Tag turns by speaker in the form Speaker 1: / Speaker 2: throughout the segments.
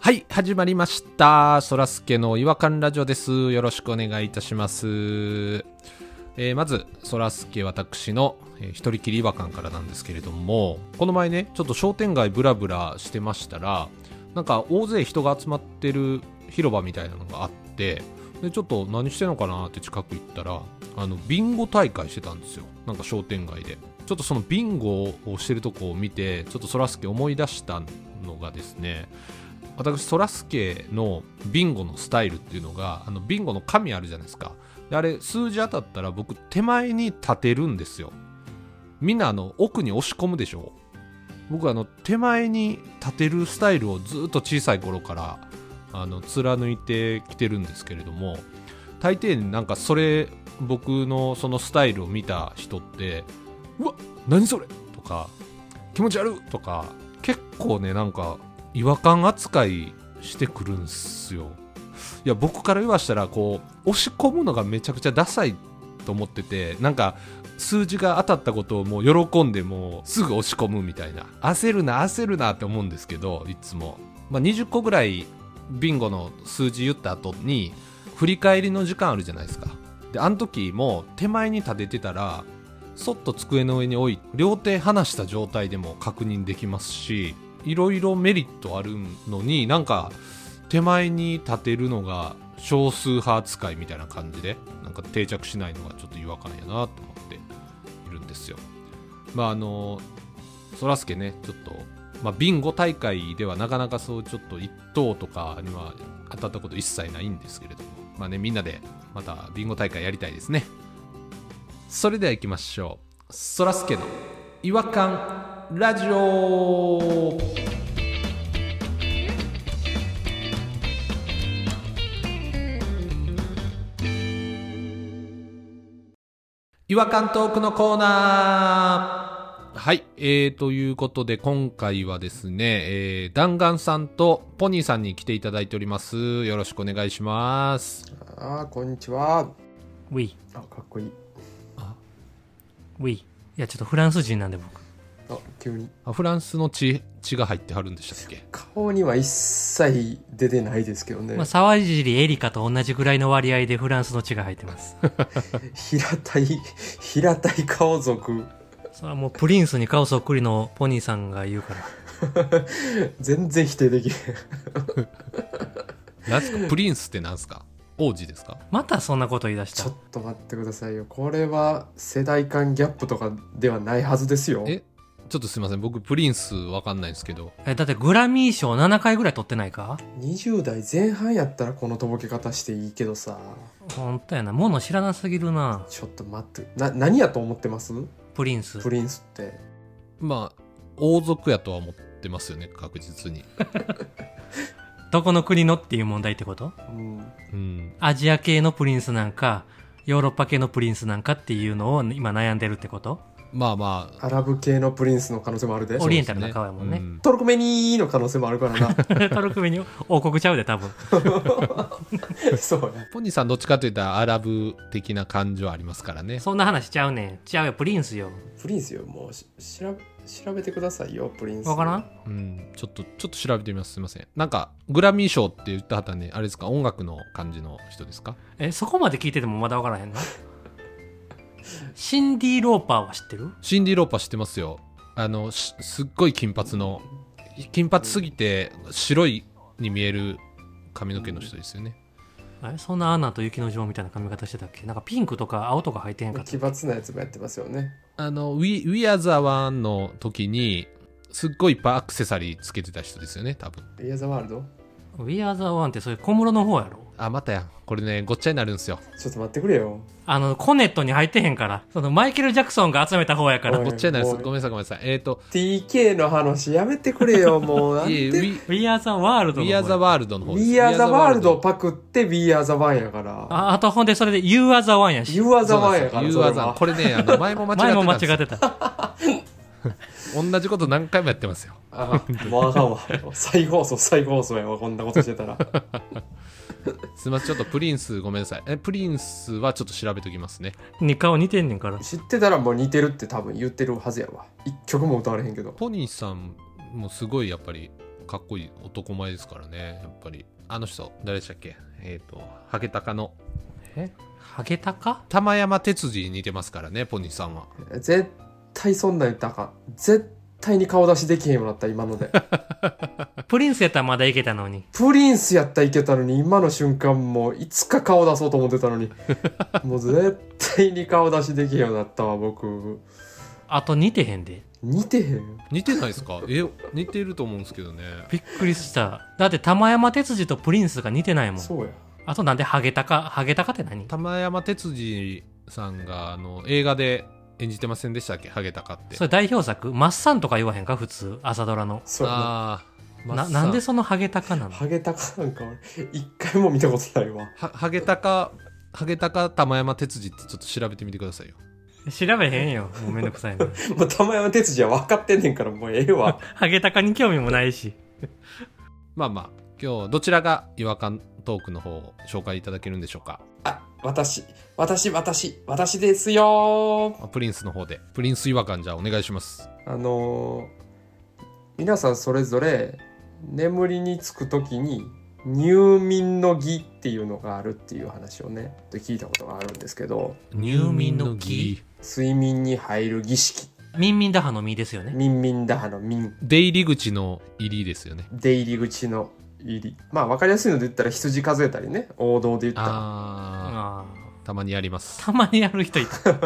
Speaker 1: はい、始まりました。そらすけの違和感ラジオです。よろしくお願いいたします。えーまず、そらすけ私の、えー一人きり違和感からなんですけれども、この前ね、ちょっと商店街ブラブラしてましたら、なんか大勢人が集まってる広場みたいなのがあって、で、ちょっと何してんのかなって近く行ったら、あの、ビンゴ大会してたんですよ。なんか商店街で。ちょっとそのビンゴをしてるとこを見て、ちょっとそらすけ思い出したのがですね、私そらすけのビンゴのスタイルっていうのがあのビンゴの紙あるじゃないですかであれ数字当たったら僕手前に立てるんですよみんなあの奥に押し込むでしょ僕あの手前に立てるスタイルをずっと小さい頃からあの貫いてきてるんですけれども大抵なんかそれ僕のそのスタイルを見た人って「うわ何それ!」とか「気持ち悪い!」とか結構ねなんか違和感扱いしてくるんすよいや僕から言わしたらこう押し込むのがめちゃくちゃダサいと思っててなんか数字が当たったことをもう喜んでもうすぐ押し込むみたいな焦るな焦るなって思うんですけどいつも、まあ、20個ぐらいビンゴの数字言った後に振り返りの時間あるじゃないですかであの時も手前に立ててたらそっと机の上に置いて両手離した状態でも確認できますしいろいろメリットあるのになんか手前に立てるのが少数派扱いみたいな感じでなんか定着しないのがちょっと違和感やなと思っているんですよ。まああのそらすけねちょっと、まあ、ビンゴ大会ではなかなかそうちょっと一等とかには当たったこと一切ないんですけれどもまあねみんなでまたビンゴ大会やりたいですね。それでは行きましょう。そらすけの違和感ラジオ。違和感トークのコーナーはい、えー、ということで今回はですね、えー、弾丸さんとポニーさんに来ていただいております。よろしくお願いします。
Speaker 2: あーこんにちは
Speaker 3: ウィ
Speaker 2: あかっこいい
Speaker 3: ウィいやちょっとフランス人なんで僕
Speaker 2: あ急に
Speaker 1: あフランスの血、血が入ってはるんでしたっけ
Speaker 2: 顔には一切出てないですけどね、
Speaker 3: まあ沢尻エリカと同じぐらいの割合でフランスの血が入ってます
Speaker 2: 平たい 平たい顔族
Speaker 3: それはもうプリンスに顔そっくりのポニーさんが言うから
Speaker 2: 全然否定できへん
Speaker 1: なんすかプリンスってなんすか王子ですか
Speaker 3: またそんなこと言い出し
Speaker 2: ちょっ
Speaker 3: た
Speaker 2: と待ってくださいよこれは世代間ギャップとかではないはずですよ
Speaker 1: えちょっとすいません僕プリンスわかんないんですけど
Speaker 3: えだってグラミー賞7回ぐらい取ってないか
Speaker 2: 20代前半やったらこのとぼけ方していいけどさ
Speaker 3: 本当やなもの知らなすぎるな
Speaker 2: ちょっと待ってな何やと思ってます
Speaker 3: プリンス
Speaker 2: プリンスって
Speaker 1: まあ王族やとは思ってますよね確実に
Speaker 3: どこの国のっていう問題ってこと
Speaker 2: うん
Speaker 1: うん
Speaker 3: アジア系のプリンスなんかヨーロッパ系のプリンスなんかっていうのを今悩んでるって こと
Speaker 1: まあまあ
Speaker 2: アラブ系のプリンスの可能性もあるで
Speaker 3: オリエンタルな顔やもんね
Speaker 1: う
Speaker 2: トルコメニーの可能性もあるからな
Speaker 3: トルクメニ王国ちゃうで多分
Speaker 2: そうや
Speaker 1: ポニーさんどっちかというとアラブ的な感情ありますからね
Speaker 3: そんな話ちゃうねん違うよプリンスよ
Speaker 2: プリンスよもうし調べ調べてくださいよプリンス
Speaker 3: わからん
Speaker 1: うんちょっとちょっと調べてみますすいませんなんかグラミー賞って言ったはったんであれですか音楽の感じの人ですか
Speaker 3: えそこまで聞いててもまだ分からへんのシンディ・ローパーは知ってる
Speaker 1: シンディ・ローパー知ってますよあのしすっごい金髪の金髪すぎて白いに見える髪の毛の人ですよね
Speaker 3: あれそんなアナと雪の女王みたいな髪型してたっけなんかピンクとか青とか入ってへんかった
Speaker 2: 奇抜なやつもやってますよね
Speaker 1: あの、We, We Are the One の時に、すっごいいっぱいアクセサリーつけてた人ですよね、多分。
Speaker 2: リアザワールド
Speaker 3: We are the one ってそれ小室の方やろ
Speaker 1: あ、またやん。これね、ごっちゃになるんですよ。
Speaker 2: ちょっと待ってくれよ
Speaker 3: あのコネットに入ってへんからそのマイケル・ジャクソンが集めた方やから
Speaker 2: おい
Speaker 1: ごっちゃになるんで
Speaker 2: お
Speaker 1: す。
Speaker 2: い
Speaker 1: ごめんなさい、ごめんなさい。えっ、ー、と、
Speaker 2: TK の話やめてくれ よもうなん
Speaker 1: いえ、
Speaker 2: で
Speaker 1: We,
Speaker 3: We are the world の
Speaker 1: We
Speaker 3: 方
Speaker 1: Are the
Speaker 3: や
Speaker 1: World の方です。
Speaker 2: We Are the World を
Speaker 1: We
Speaker 2: パクって We Are the One やから
Speaker 3: ああとほんでそれで You are the one やし
Speaker 2: You Are the
Speaker 1: そうなんです
Speaker 2: One や
Speaker 1: よ
Speaker 2: から
Speaker 1: You
Speaker 2: それ
Speaker 1: Are the
Speaker 2: は
Speaker 1: One これね、あの、前も間違って
Speaker 3: 前も間
Speaker 1: たん
Speaker 3: 違っ
Speaker 1: で
Speaker 3: てた
Speaker 1: すよ。同じこと何回もやってますよ。
Speaker 2: あもうあかんわ再放送再放送やわこんなことしてたら
Speaker 1: すみません、ちょっとプリンスごめんなさい。え、プリンスはちょっと調べときますね。
Speaker 3: に顔似てんねんから
Speaker 2: 知ってたらもう似てるって多分言ってるはずやわ一曲も歌われへんけど
Speaker 1: ポニーさんもすごいやっぱりかっこいい男前ですからね、やっぱり。あの人、誰でしたっけえっ、と、ハゲタカの。え
Speaker 3: ハゲタカ
Speaker 1: 玉山哲司に似てますからね、ポニーさんは。
Speaker 2: 絶対そんなん言ったらあかん絶対に顔出しできへんようになった今ので
Speaker 3: プリンスやったらまだいけたのに。
Speaker 2: プリンスやったらいけたのに今の瞬間もういつか顔出そうと思ってたのにもう絶対に顔出しできへんようになったわ僕
Speaker 3: あと似てへんで。
Speaker 2: 似てへん
Speaker 1: 似てないです かえ、似てると思うんですけどね。
Speaker 3: びっくりした。だって玉山哲司とプリンスが似てないもん。
Speaker 2: そうや
Speaker 3: あとなんでハゲタカハゲタカって何
Speaker 1: 玉山哲司さんが、あの、映画で演じてませんでしたっけハゲタカって
Speaker 3: そ。れ代表作マッサンとか言わへんか普通。朝ドラの。
Speaker 2: そうやな
Speaker 1: ああ、
Speaker 3: ななんでそのハゲタカなの
Speaker 2: ハゲタカなんか俺一回も見たことないわ
Speaker 1: はハゲタカハゲタカ玉山哲司ってちょっと調べてみてくださいよ
Speaker 3: 調べへんよ。もうめんどくさいな。
Speaker 2: もう玉山哲司は分かってんねんからもうええわ
Speaker 3: ハゲタカに興味もないし。
Speaker 1: まあまあ今日どちらが違和感トークの方を紹介いただけるんでしょうか
Speaker 2: あ私私私私ですよー
Speaker 1: あプリンスの方でプリンス違和感じゃあお願いします
Speaker 2: あのー皆さんそれぞれ眠りにつく時に入眠の儀っていうのがあるっていう話をね聞いたことがあるんですけど
Speaker 3: 入眠の儀
Speaker 2: 睡眠に入る儀式
Speaker 3: ミンミンダハの実ですよね。
Speaker 2: 民民打破の民
Speaker 1: 出入り口の入りですよね
Speaker 2: 出入り口の入りまあ分かりやすいので言ったら羊数えたりね王道で言ったら
Speaker 1: あ
Speaker 3: ああ。
Speaker 1: あたまにあります
Speaker 3: たまにやる人いた。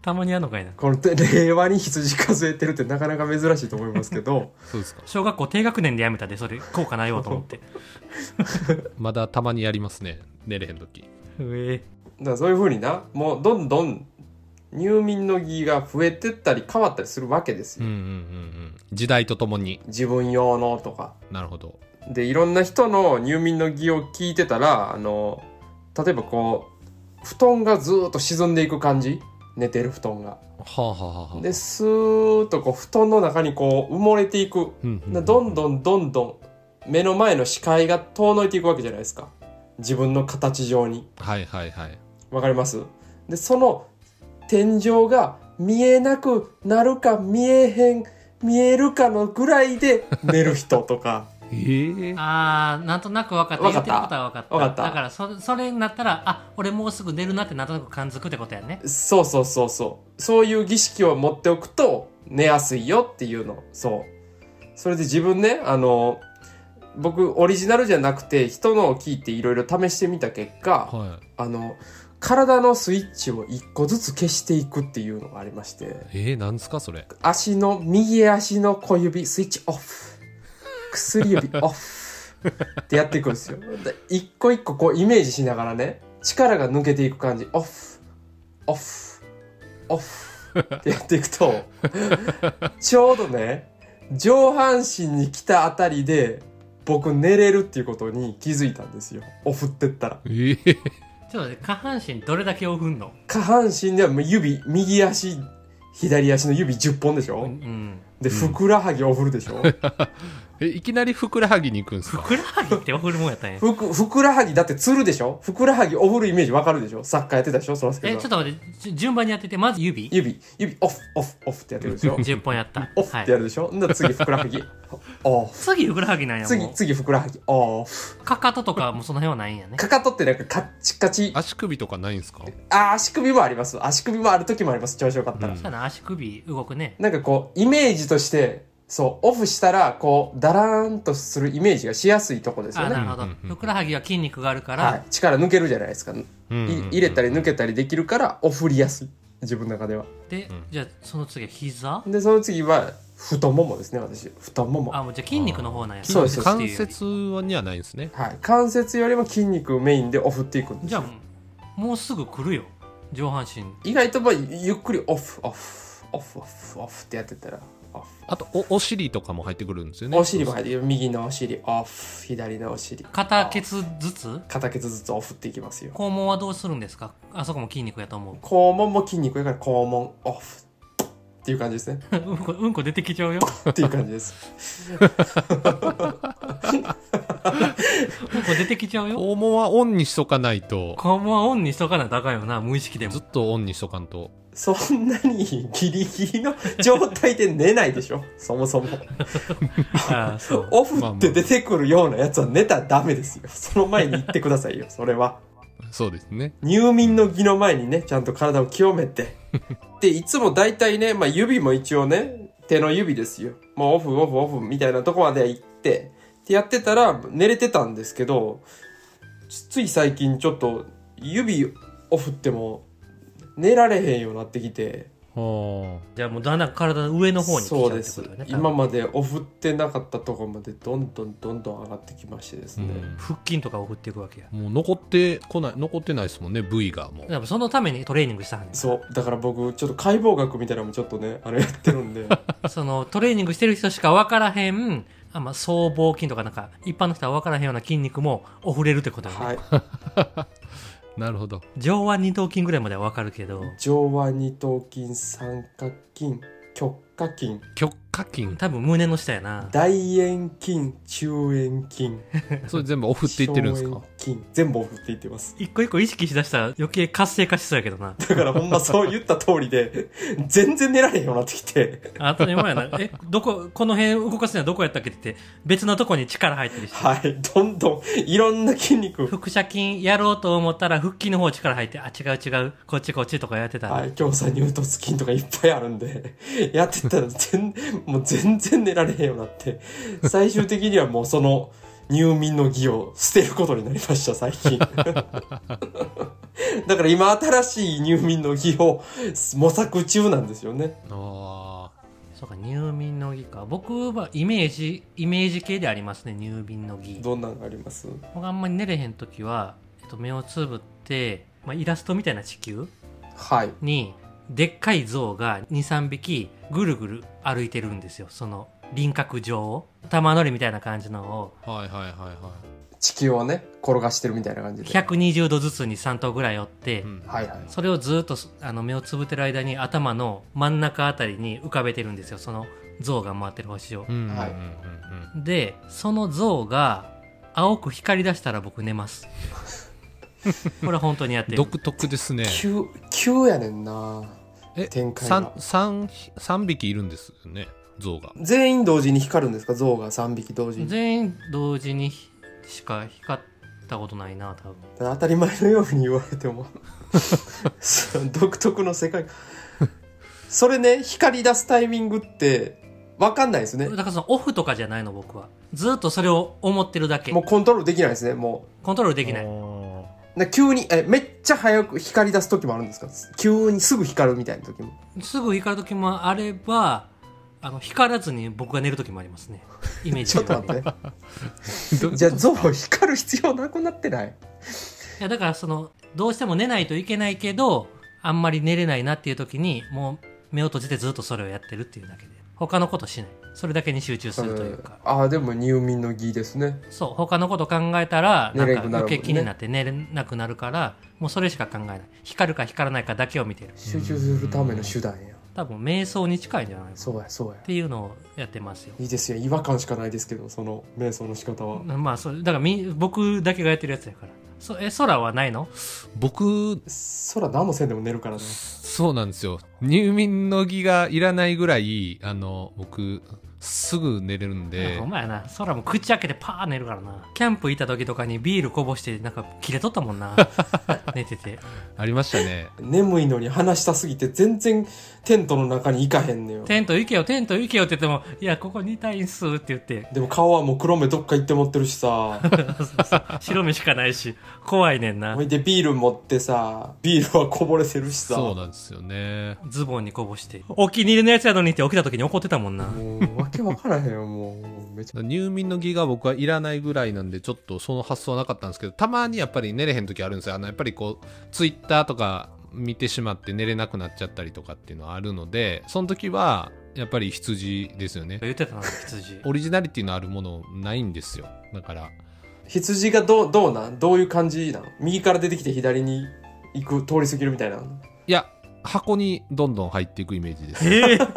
Speaker 3: たまにやるのかいな。
Speaker 2: この 令和に羊数えてるってなかなか珍しいと思いますけど
Speaker 1: そうですか
Speaker 3: 小学校低学年でやめたで、それ効果ないわと思って。
Speaker 1: まだたまにやりますね寝れへん時
Speaker 3: うえ
Speaker 2: だからそういうふうになもうどんどん入眠の儀が増えてったり変わったりするわけです
Speaker 1: うん
Speaker 2: よ、
Speaker 1: うんうんうん時代とともに
Speaker 2: 自分用のとか
Speaker 1: なるほど
Speaker 2: でいろんな人の入眠の儀を聞いてたらあの例えばこう布団がずーっと沈んでいく感じ寝てる布団が
Speaker 1: はあはあはあ
Speaker 2: でスーッとこう布団の中にこう埋もれていく
Speaker 1: うんうんう
Speaker 2: なんどんどんどんどん目の前の視界が遠のいていくわけじゃないですか自分の形上に
Speaker 1: はいはいはい
Speaker 2: わかりますでその天井が見えなくなるか見えへん見えるかのぐらいで寝る人とか
Speaker 1: ええ
Speaker 3: あー、なんとなく分かった。
Speaker 2: 分かった
Speaker 3: 言てることは分かった。
Speaker 2: 分かった
Speaker 3: だからそ、それになったら、あ、俺もうすぐ寝るなってなんとなく感づくってことやね。
Speaker 2: そうそうそうそうそういう儀式を持っておくと寝やすいよっていうのそうそれで自分ねあの僕オリジナルじゃなくて人のを聞いていろいろ試してみた結果
Speaker 1: は
Speaker 2: あの体のスイッチを一個ずつ消していくっていうのがありまして
Speaker 1: いえー、なんですかそれ
Speaker 2: 足の右足の小指スイッチオフ薬指オフってやっていくんですよで一個一個こうイメージしながらね力が抜けていく感じオフオフオフってやっていくとちょうどね上半身に来たあたりで僕寝れるっていうことに気づいたんですよオフってったら
Speaker 1: ええ
Speaker 3: ちょっと待って下半身どれだけを踏んの
Speaker 2: 下半身ではもう指右足左足の指10本でし
Speaker 3: う
Speaker 2: ょ
Speaker 3: ん。
Speaker 2: でふくらはぎを振るでしょ
Speaker 1: えいきなりふくらはぎに行くんです
Speaker 3: ふ
Speaker 1: か
Speaker 3: くらはぎって送るもんやったんや。
Speaker 2: ふく、ふくらはぎだってつるでしょふくらはぎおぶるイメージわかるでしょサッカーやってたでしょその
Speaker 3: え、ちょっと待って、じゅ順番にやってて、まず指。
Speaker 2: 指、指、オフ、オフ、オフってやってるでし ょ
Speaker 3: 10本やった。
Speaker 2: オフってやるでしょ、んなら次ふくらは ぎ、オフ。
Speaker 3: 次ふくらはぎなんやも
Speaker 2: 次、
Speaker 3: う
Speaker 2: 次ふくらはぎ、オフ。
Speaker 3: かかととかもその辺はないんやね。
Speaker 2: かかとってなんかカッチカチ。
Speaker 1: 足首とかないんですか
Speaker 2: あ、足首もあります。足首もある時もあります。調子よかったら。
Speaker 1: うん
Speaker 3: そうやな、足首動くね。
Speaker 2: なんかこう、イメージとして、そう、オフしたら、こう、だらーんとするイメージがしやすいとこですよ
Speaker 3: あ、な
Speaker 2: ね。
Speaker 3: るほど
Speaker 1: うんうんう。ん
Speaker 3: ふくらはぎは筋肉があるから、
Speaker 2: はい。力抜けるじゃないですか。い入
Speaker 1: 入
Speaker 2: れたり抜けたりできるから、オフりやすい。自分の中では。
Speaker 3: で、
Speaker 1: うん
Speaker 3: じゃあその次は膝
Speaker 2: でその次は太ももですね私太もも
Speaker 3: あもうじゃあ筋肉の方なんや
Speaker 2: そうです
Speaker 1: 関節にはないんですね
Speaker 2: はい関節よりも筋肉メインでオフっていくんです
Speaker 3: じゃあもうすぐ来るよ上半身
Speaker 2: 意外とまあゆっくりオフオフオフオフオフってやってたらオフ
Speaker 1: あとおお尻とかも入ってくるんですよね
Speaker 2: お尻も入ってる右のお尻オフ左のお尻
Speaker 3: 片ケツずつ
Speaker 2: 片ケツずつオフっていきますよ
Speaker 3: 肛門はどうするんですかあそこも筋肉やと思う
Speaker 2: 肛門も筋肉やから肛門オフっていう感じですね
Speaker 3: うんこうんこ出てきちゃうよ
Speaker 2: っていう感じ です
Speaker 3: うんこ出てきちゃうよ
Speaker 1: 肛門はオンにしとかないと
Speaker 3: 肛門はオンにしとかないとあかんよな無意識でも
Speaker 1: ずっとオンにしとかんと
Speaker 2: そんなにギリギリの状態で寝ないでしょそもそも
Speaker 3: ああそう
Speaker 2: オフって出てくるようなやつは寝たらダメですよその前に言ってくださいよ それは
Speaker 1: そうですね。
Speaker 2: 入眠の儀の前にねちゃんと体を清め てでいつも大体ね、まあ、指も一応ね手の指ですよもうオフオフオフみたいなとこまで行ってってやってたら寝れてたんですけどつつい最近ちょっと指オフっても寝られへんようになってきて
Speaker 1: は
Speaker 3: じゃあもうだんだん体の上の方に来ちゃう
Speaker 2: そ
Speaker 3: っ
Speaker 2: う
Speaker 3: て
Speaker 2: です
Speaker 3: ことだね多分
Speaker 2: 今までオフってなかったところまでどんどんどんどん上がってきましてです
Speaker 1: あ、う
Speaker 2: ね、
Speaker 1: ん。
Speaker 3: 腹筋とかを振っていくわけや
Speaker 1: もう残ってこない、残ってないですもんね、部位がもう。
Speaker 3: やっぱそのためにトレーニングしたはんねん
Speaker 2: そうだから僕ちょっと解剖学みたいなのもちょっとねあれやってるん で
Speaker 3: そのトレーニングしてる人しか分からへんあ、まあ、僧帽筋とかなんか一般の人は分からへんような筋肉もオフれるってことだね、
Speaker 2: はい
Speaker 1: なるほど。
Speaker 3: 上腕二頭筋ぐらいまでは分かるけど
Speaker 2: 上腕二頭筋三角筋極下筋
Speaker 1: 極下筋。
Speaker 3: 多分胸の下やな
Speaker 2: 大円筋中円筋
Speaker 1: それ全部オフって言ってるんですか
Speaker 2: 小円筋全部オフって言ってます
Speaker 3: 一個一個意識しだしたら余計活性化しそうやけどな
Speaker 2: だからほんまそう言った通りで全然寝られへんようになってきて
Speaker 3: あ当たり前やなえどここの辺動かすのはどこやったっけって言って別のとこに力入ってるし
Speaker 2: はいどんどんいろんな筋肉
Speaker 3: 腹斜筋やろうと思ったら腹筋の方力入ってあ違う違うこっちこっちとかやってたら、
Speaker 2: はい、京さんにウトスキンとかいっぱいあるんで、 やってたら全、もう全然寝られへんようになって、最終的にはもうその入眠の儀を捨てることになりました、最近。 だから今新しい入眠の儀を模索中なんですよね。
Speaker 1: ああ。
Speaker 3: そうか入眠の儀か僕はイメージイメージ系でありますね入眠の儀
Speaker 2: どんなんがあります
Speaker 3: 僕あんまり寝れへん時は、えっと、目をつぶって、まあ、イラストみたいな地球
Speaker 2: はい。
Speaker 3: にでっかい象が23匹ぐるぐる歩いてるんですよその輪郭上を玉乗りみたいな感じのを
Speaker 1: はいはいはいは
Speaker 2: 地球をね、転がしてるみたいな感じで。
Speaker 3: 120度ずつに3頭ぐらい寄って、
Speaker 1: い。うん
Speaker 2: はいはい
Speaker 3: それをずっとあの目をつぶってる間に頭の真ん中あたりに浮かべてるんですよその象が回ってる星を
Speaker 1: う、んうんうんうんうん。
Speaker 2: はい
Speaker 3: でその像が青く光り出したら僕寝ます これは本当にやってる
Speaker 1: 独特ですね。
Speaker 2: 急、急やねんな
Speaker 1: え
Speaker 2: 展開が
Speaker 1: 三三三匹いるんですよね、象が。
Speaker 2: 全員同時に光るんですか象が3匹同時に。
Speaker 3: 全員同時にしか光ったことないな多分
Speaker 2: ただ当たり前のように言われて もその独特の世界それね光り出すタイミングって分かんないですね
Speaker 3: だからそのオフとかじゃないの僕はずっとそれを思ってるだけ
Speaker 2: もうコントロールできないですねも
Speaker 3: コントロールできない
Speaker 2: うな急にえめっちゃ早く光り出す時もあるんですか急にすぐ光るみたいな 時も
Speaker 3: すぐ光る時もあればあの光らずに僕が寝る時もありますねイメージ
Speaker 2: ちょっと待ってじゃあ象光る必要なくなってない
Speaker 3: いやだからそのどうしても寝ないといけないけどあんまり寝れないなっていう時にもう目を閉じてずっとそれをやってるっていうだけで他のことしないそれだけに集中するというか、
Speaker 2: ああでも入眠の儀ですね
Speaker 3: そう他のこと考えたらな
Speaker 2: 寝れなくなる
Speaker 3: んか
Speaker 2: もんね
Speaker 3: 余計気になって寝れなくなるからもうそれしか考えない光るか光らないかだけを見てる
Speaker 2: 集中するための手段や
Speaker 3: 多分瞑想に近いんじゃないかっ
Speaker 2: そうやそうや
Speaker 3: ていうのをやってますよ
Speaker 2: いいですよ違和感しかないですけどその瞑想の仕方は
Speaker 3: まあそれだからみ僕だけがやってるやつやからそえ空はないの
Speaker 1: 僕、
Speaker 2: 空何もせんでも寝るからね
Speaker 1: そうなんですよ。入眠の儀がいらないぐらい、あの、僕、すぐ寝れるんで
Speaker 3: お、前やな空も口開けてパー寝るからなキャンプ行った時とかにビールこぼしてなんか切れとったもんな寝てて
Speaker 1: ありましたね。
Speaker 2: 眠いのに話したすぎて全然テントの中に行かへんのよ
Speaker 3: 「テント行けよテント行けよ」って言っても「いやここにいたいんす」って言って
Speaker 2: でも顔はもう黒目どっか行って持ってるし さ
Speaker 3: 白目しかないし怖いねんな
Speaker 2: ほいでビール持ってさビールはこぼれてるしさ
Speaker 1: そうなんですよね。
Speaker 3: ズボンにこぼしてお気に入りのやつやのにって起きた時に怒ってたもんな
Speaker 2: もうわけわからへんよもうめちゃ
Speaker 1: 入眠の儀が僕はいらないぐらいなんでちょっとその発想はなかったんですけどたまにやっぱり寝れへん時あるんですよあのやっぱりこうツイッターとか見てしまって寝れなくなっちゃったりとかっていうのはあるのでその時はやっぱり羊ですよね
Speaker 3: 言ってたな羊
Speaker 1: オリジナリティのあるものないんですよだから
Speaker 2: 羊がどうどうなんどういう感じなの右から出てきて左に行く通り過ぎるみたいない
Speaker 1: や箱にどんどん入っていくイメージです。
Speaker 3: え
Speaker 2: ちょっと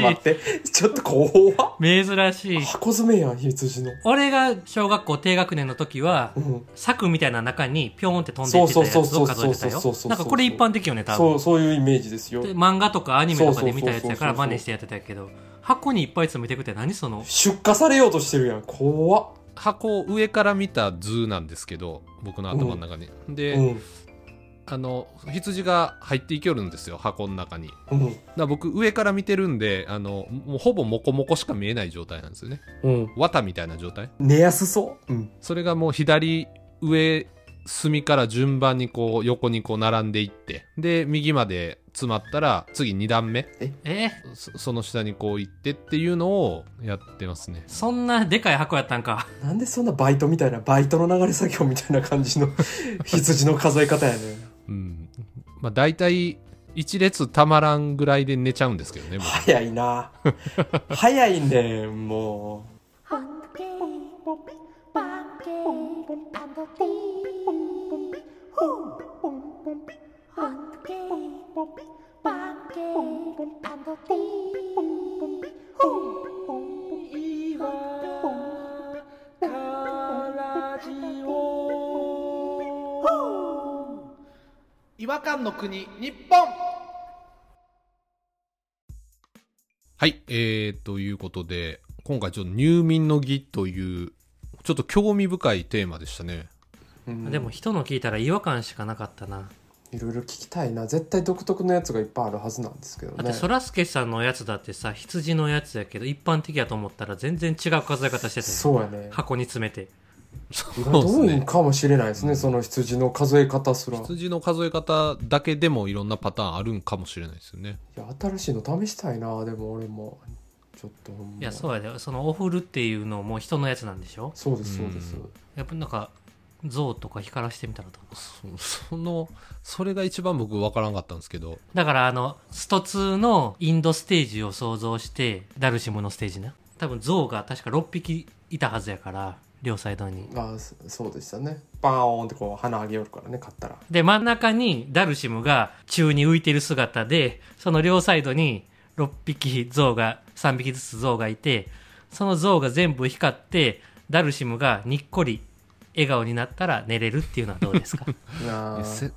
Speaker 2: 待って。ちょっと怖っ。
Speaker 3: 珍しい。珍しい。
Speaker 2: 箱詰めやん、羊の。
Speaker 3: 俺が小学校低学年の時は
Speaker 2: う、ん。
Speaker 3: 柵みたいな中にピョーンって飛んでいってたやつを数えてたよ
Speaker 2: そうそうそうそうそうそうそう。そう
Speaker 3: なんかこれ一般的よね、多
Speaker 2: そ
Speaker 3: 分
Speaker 2: う、。そういうイメージですよ。
Speaker 3: で漫画とかアニメとかで見たやつやから
Speaker 2: そうそうそうそうそう
Speaker 3: 真似してやってたけど、箱にいっぱい詰めてくって何その、
Speaker 2: 出荷されようとしてるやん。怖っ。
Speaker 1: 箱を上から見た図なんですけど、僕の頭の中に。
Speaker 2: う
Speaker 1: で、
Speaker 2: ん。
Speaker 1: あの、羊が入っていけるんですよ、箱の中に。
Speaker 2: うん。
Speaker 1: だから僕、上から見てるんで、あの、もうほぼモコモコしか見えない状態なんですよね。
Speaker 2: うん。
Speaker 1: 綿みたいな状態。
Speaker 2: 寝やすそう。うん。
Speaker 1: それがもう左上隅から順番にこう横にこう並んでいってで右まで詰まったら次2段目
Speaker 3: え
Speaker 1: そその下にこう行ってっていうのをやってますね
Speaker 3: そんなでかい箱やったんか。
Speaker 2: なんでそんなバイトみたいな、バイトの流れ作業みたいな感じの 羊の数え方やねん。
Speaker 1: うんまあ大体一列たまらんぐらいで寝ちゃうんですけどね僕
Speaker 2: 早いな。早いねん、も
Speaker 4: Hunky,
Speaker 5: 違和感の国日本
Speaker 1: はいえー、ということで今回ちょっと入眠の儀というちょっと興味深いテーマでしたね
Speaker 2: う。うん
Speaker 3: でも、人の聞いたら違和感しかなかったな。
Speaker 2: いろいろ聞きたいな。絶対独特のやつがいっぱいあるはずなんですけど
Speaker 3: だって、
Speaker 2: ね。
Speaker 3: そらすけさんのやつだってさ、羊のやつやけど、一般的やと思ったら全然違う数え方してたよ。
Speaker 2: そうやね。
Speaker 3: 箱に詰めて。
Speaker 1: そうです
Speaker 2: どうい
Speaker 1: ね
Speaker 2: うかもしれないですね、その羊の数え方すら。い
Speaker 1: 羊の数え方だけでもいろんなパターンあるんかもしれないですよね
Speaker 2: や、新しいの試したいな、でも俺も。ちょっとほんま。
Speaker 3: いや、そうやで。そのおふるっていうのも人のやつなんでしょ
Speaker 2: そうです、そうです。
Speaker 1: うん
Speaker 3: やっぱなんか、像とか光らしてみたらどう
Speaker 1: そそのそれが一番僕分からんかったんですけど
Speaker 3: だからあの、スト2のインドステージを想像して、ダルシムのステージな。多分象が確か6匹いたはずやから、両サイドに。
Speaker 2: あそそうでしたね。バーンってこう、鼻上げよるからね、買ったら。
Speaker 3: で、真ん中にダルシムが宙に浮いてる姿で、その両サイドに6匹象が、3匹ずつ象がいて、その象が全部光って、ダルシムがにっこり笑顔になったら寝れるっていうのはどう ですか
Speaker 2: ない
Speaker 1: や
Speaker 2: あ
Speaker 1: せい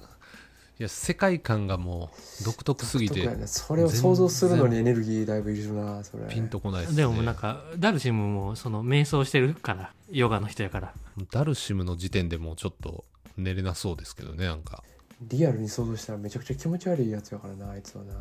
Speaker 1: や世界観がもう独特すぎ
Speaker 2: 独
Speaker 1: て
Speaker 2: 特やねそれを想像するのにエネルギーだいぶいるな、それ。
Speaker 1: ピンとこないですね
Speaker 3: でもなんか、ダルシムもその瞑想してるから、ヨガの人やから。
Speaker 1: ダルシムの時点でもうちょっと寝れなそうですけどねなんか
Speaker 2: リアルに想像したらめちゃくちゃ気持ち悪いやつやからな、あいつはな。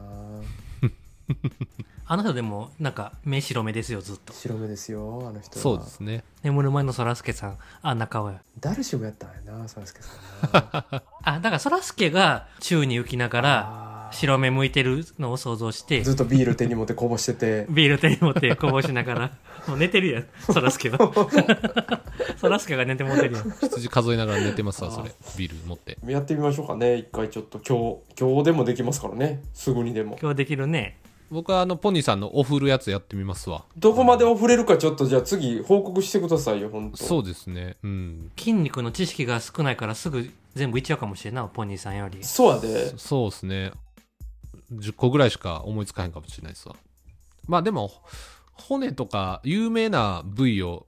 Speaker 3: あの人でもなんか目白目ですよずっと
Speaker 2: 白目ですよ、あの人は。
Speaker 1: そうですね
Speaker 3: 眠る前のそらすけさんあんな顔や
Speaker 2: ダルシムやったんやな、サラスケさん な。
Speaker 3: あだからそらすけが宙に浮きながら
Speaker 2: あ
Speaker 3: 白目向いてるのを想像して
Speaker 2: ーずっとビール手に持ってこぼしてて。
Speaker 3: ビール手に持ってこぼしながら もう寝てるやんそらすけはそらすけが寝てもってるやん
Speaker 1: 羊数えながら寝てますわそれビール持って
Speaker 2: やってみましょうかね一回ちょっと今日今日でもできますからねすぐにでも
Speaker 3: 今日できるね
Speaker 1: 僕はあのポニーさんのお振るやつやってみますわ
Speaker 2: どこまでお触れるかちょっとじゃあ次報告してくださいよ本当
Speaker 1: そうですねうん
Speaker 3: 筋肉の知識が少ないからすぐ全部いっちゃうかもしれんないポニーさんより
Speaker 2: そうやで
Speaker 1: そうですね10個ぐらいしか思いつかへんかもしれないですわまあでも骨とか有名な部位を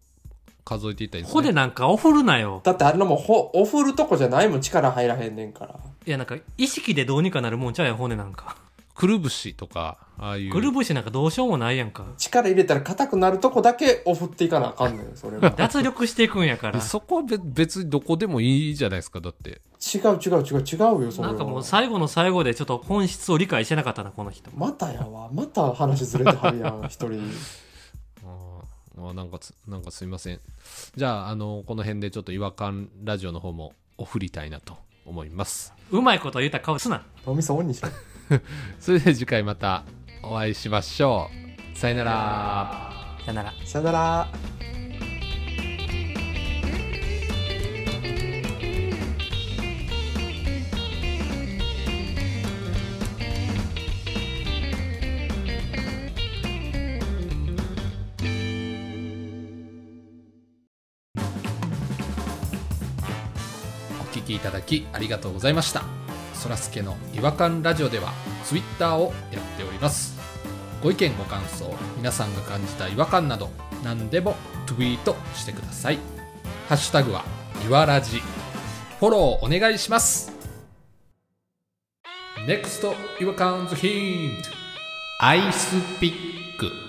Speaker 1: 数えていったり
Speaker 3: 骨なんかおふるなよ
Speaker 2: だってあれのもうほお振るとこじゃないもん力入らへんねんから
Speaker 3: いやなんか意識でどうにかなるもんちゃうやん骨なんか
Speaker 1: くるぶしとかああいう
Speaker 3: くるぶしなんかどうしようもないやんか
Speaker 2: 力入れたら硬くなるとこだけお振っていかなあかんねんそれ は
Speaker 3: 脱力していくんやから
Speaker 1: そこは別別にどこでもいいじゃないですかだって
Speaker 2: 違う違う違う違うよそれ
Speaker 3: な
Speaker 2: は
Speaker 3: んかもう最後の最後でちょっと本質を理解してなかったな、この人。
Speaker 2: またやわまた話ずれてはるやん一人
Speaker 1: あーあなんかつなんかすいませんじゃああのこの辺でちょっと違和感ラジオの方もお振りたいなと思います
Speaker 3: うまいこと言った顔すな。
Speaker 2: おみそオンにしろ
Speaker 1: それでは次回またお会いしましょうさよなら
Speaker 3: さよなら。
Speaker 2: さよなら
Speaker 1: お聞きいただきありがとうございましたそらすけの違和感ラジオではツイッターをやっておりますご意見ご感想皆さんが感じた違和感など何でもツイートしてくださいハッシュタグはいわらじフォローお願いします NEXT 違和感ズヒントアイスピック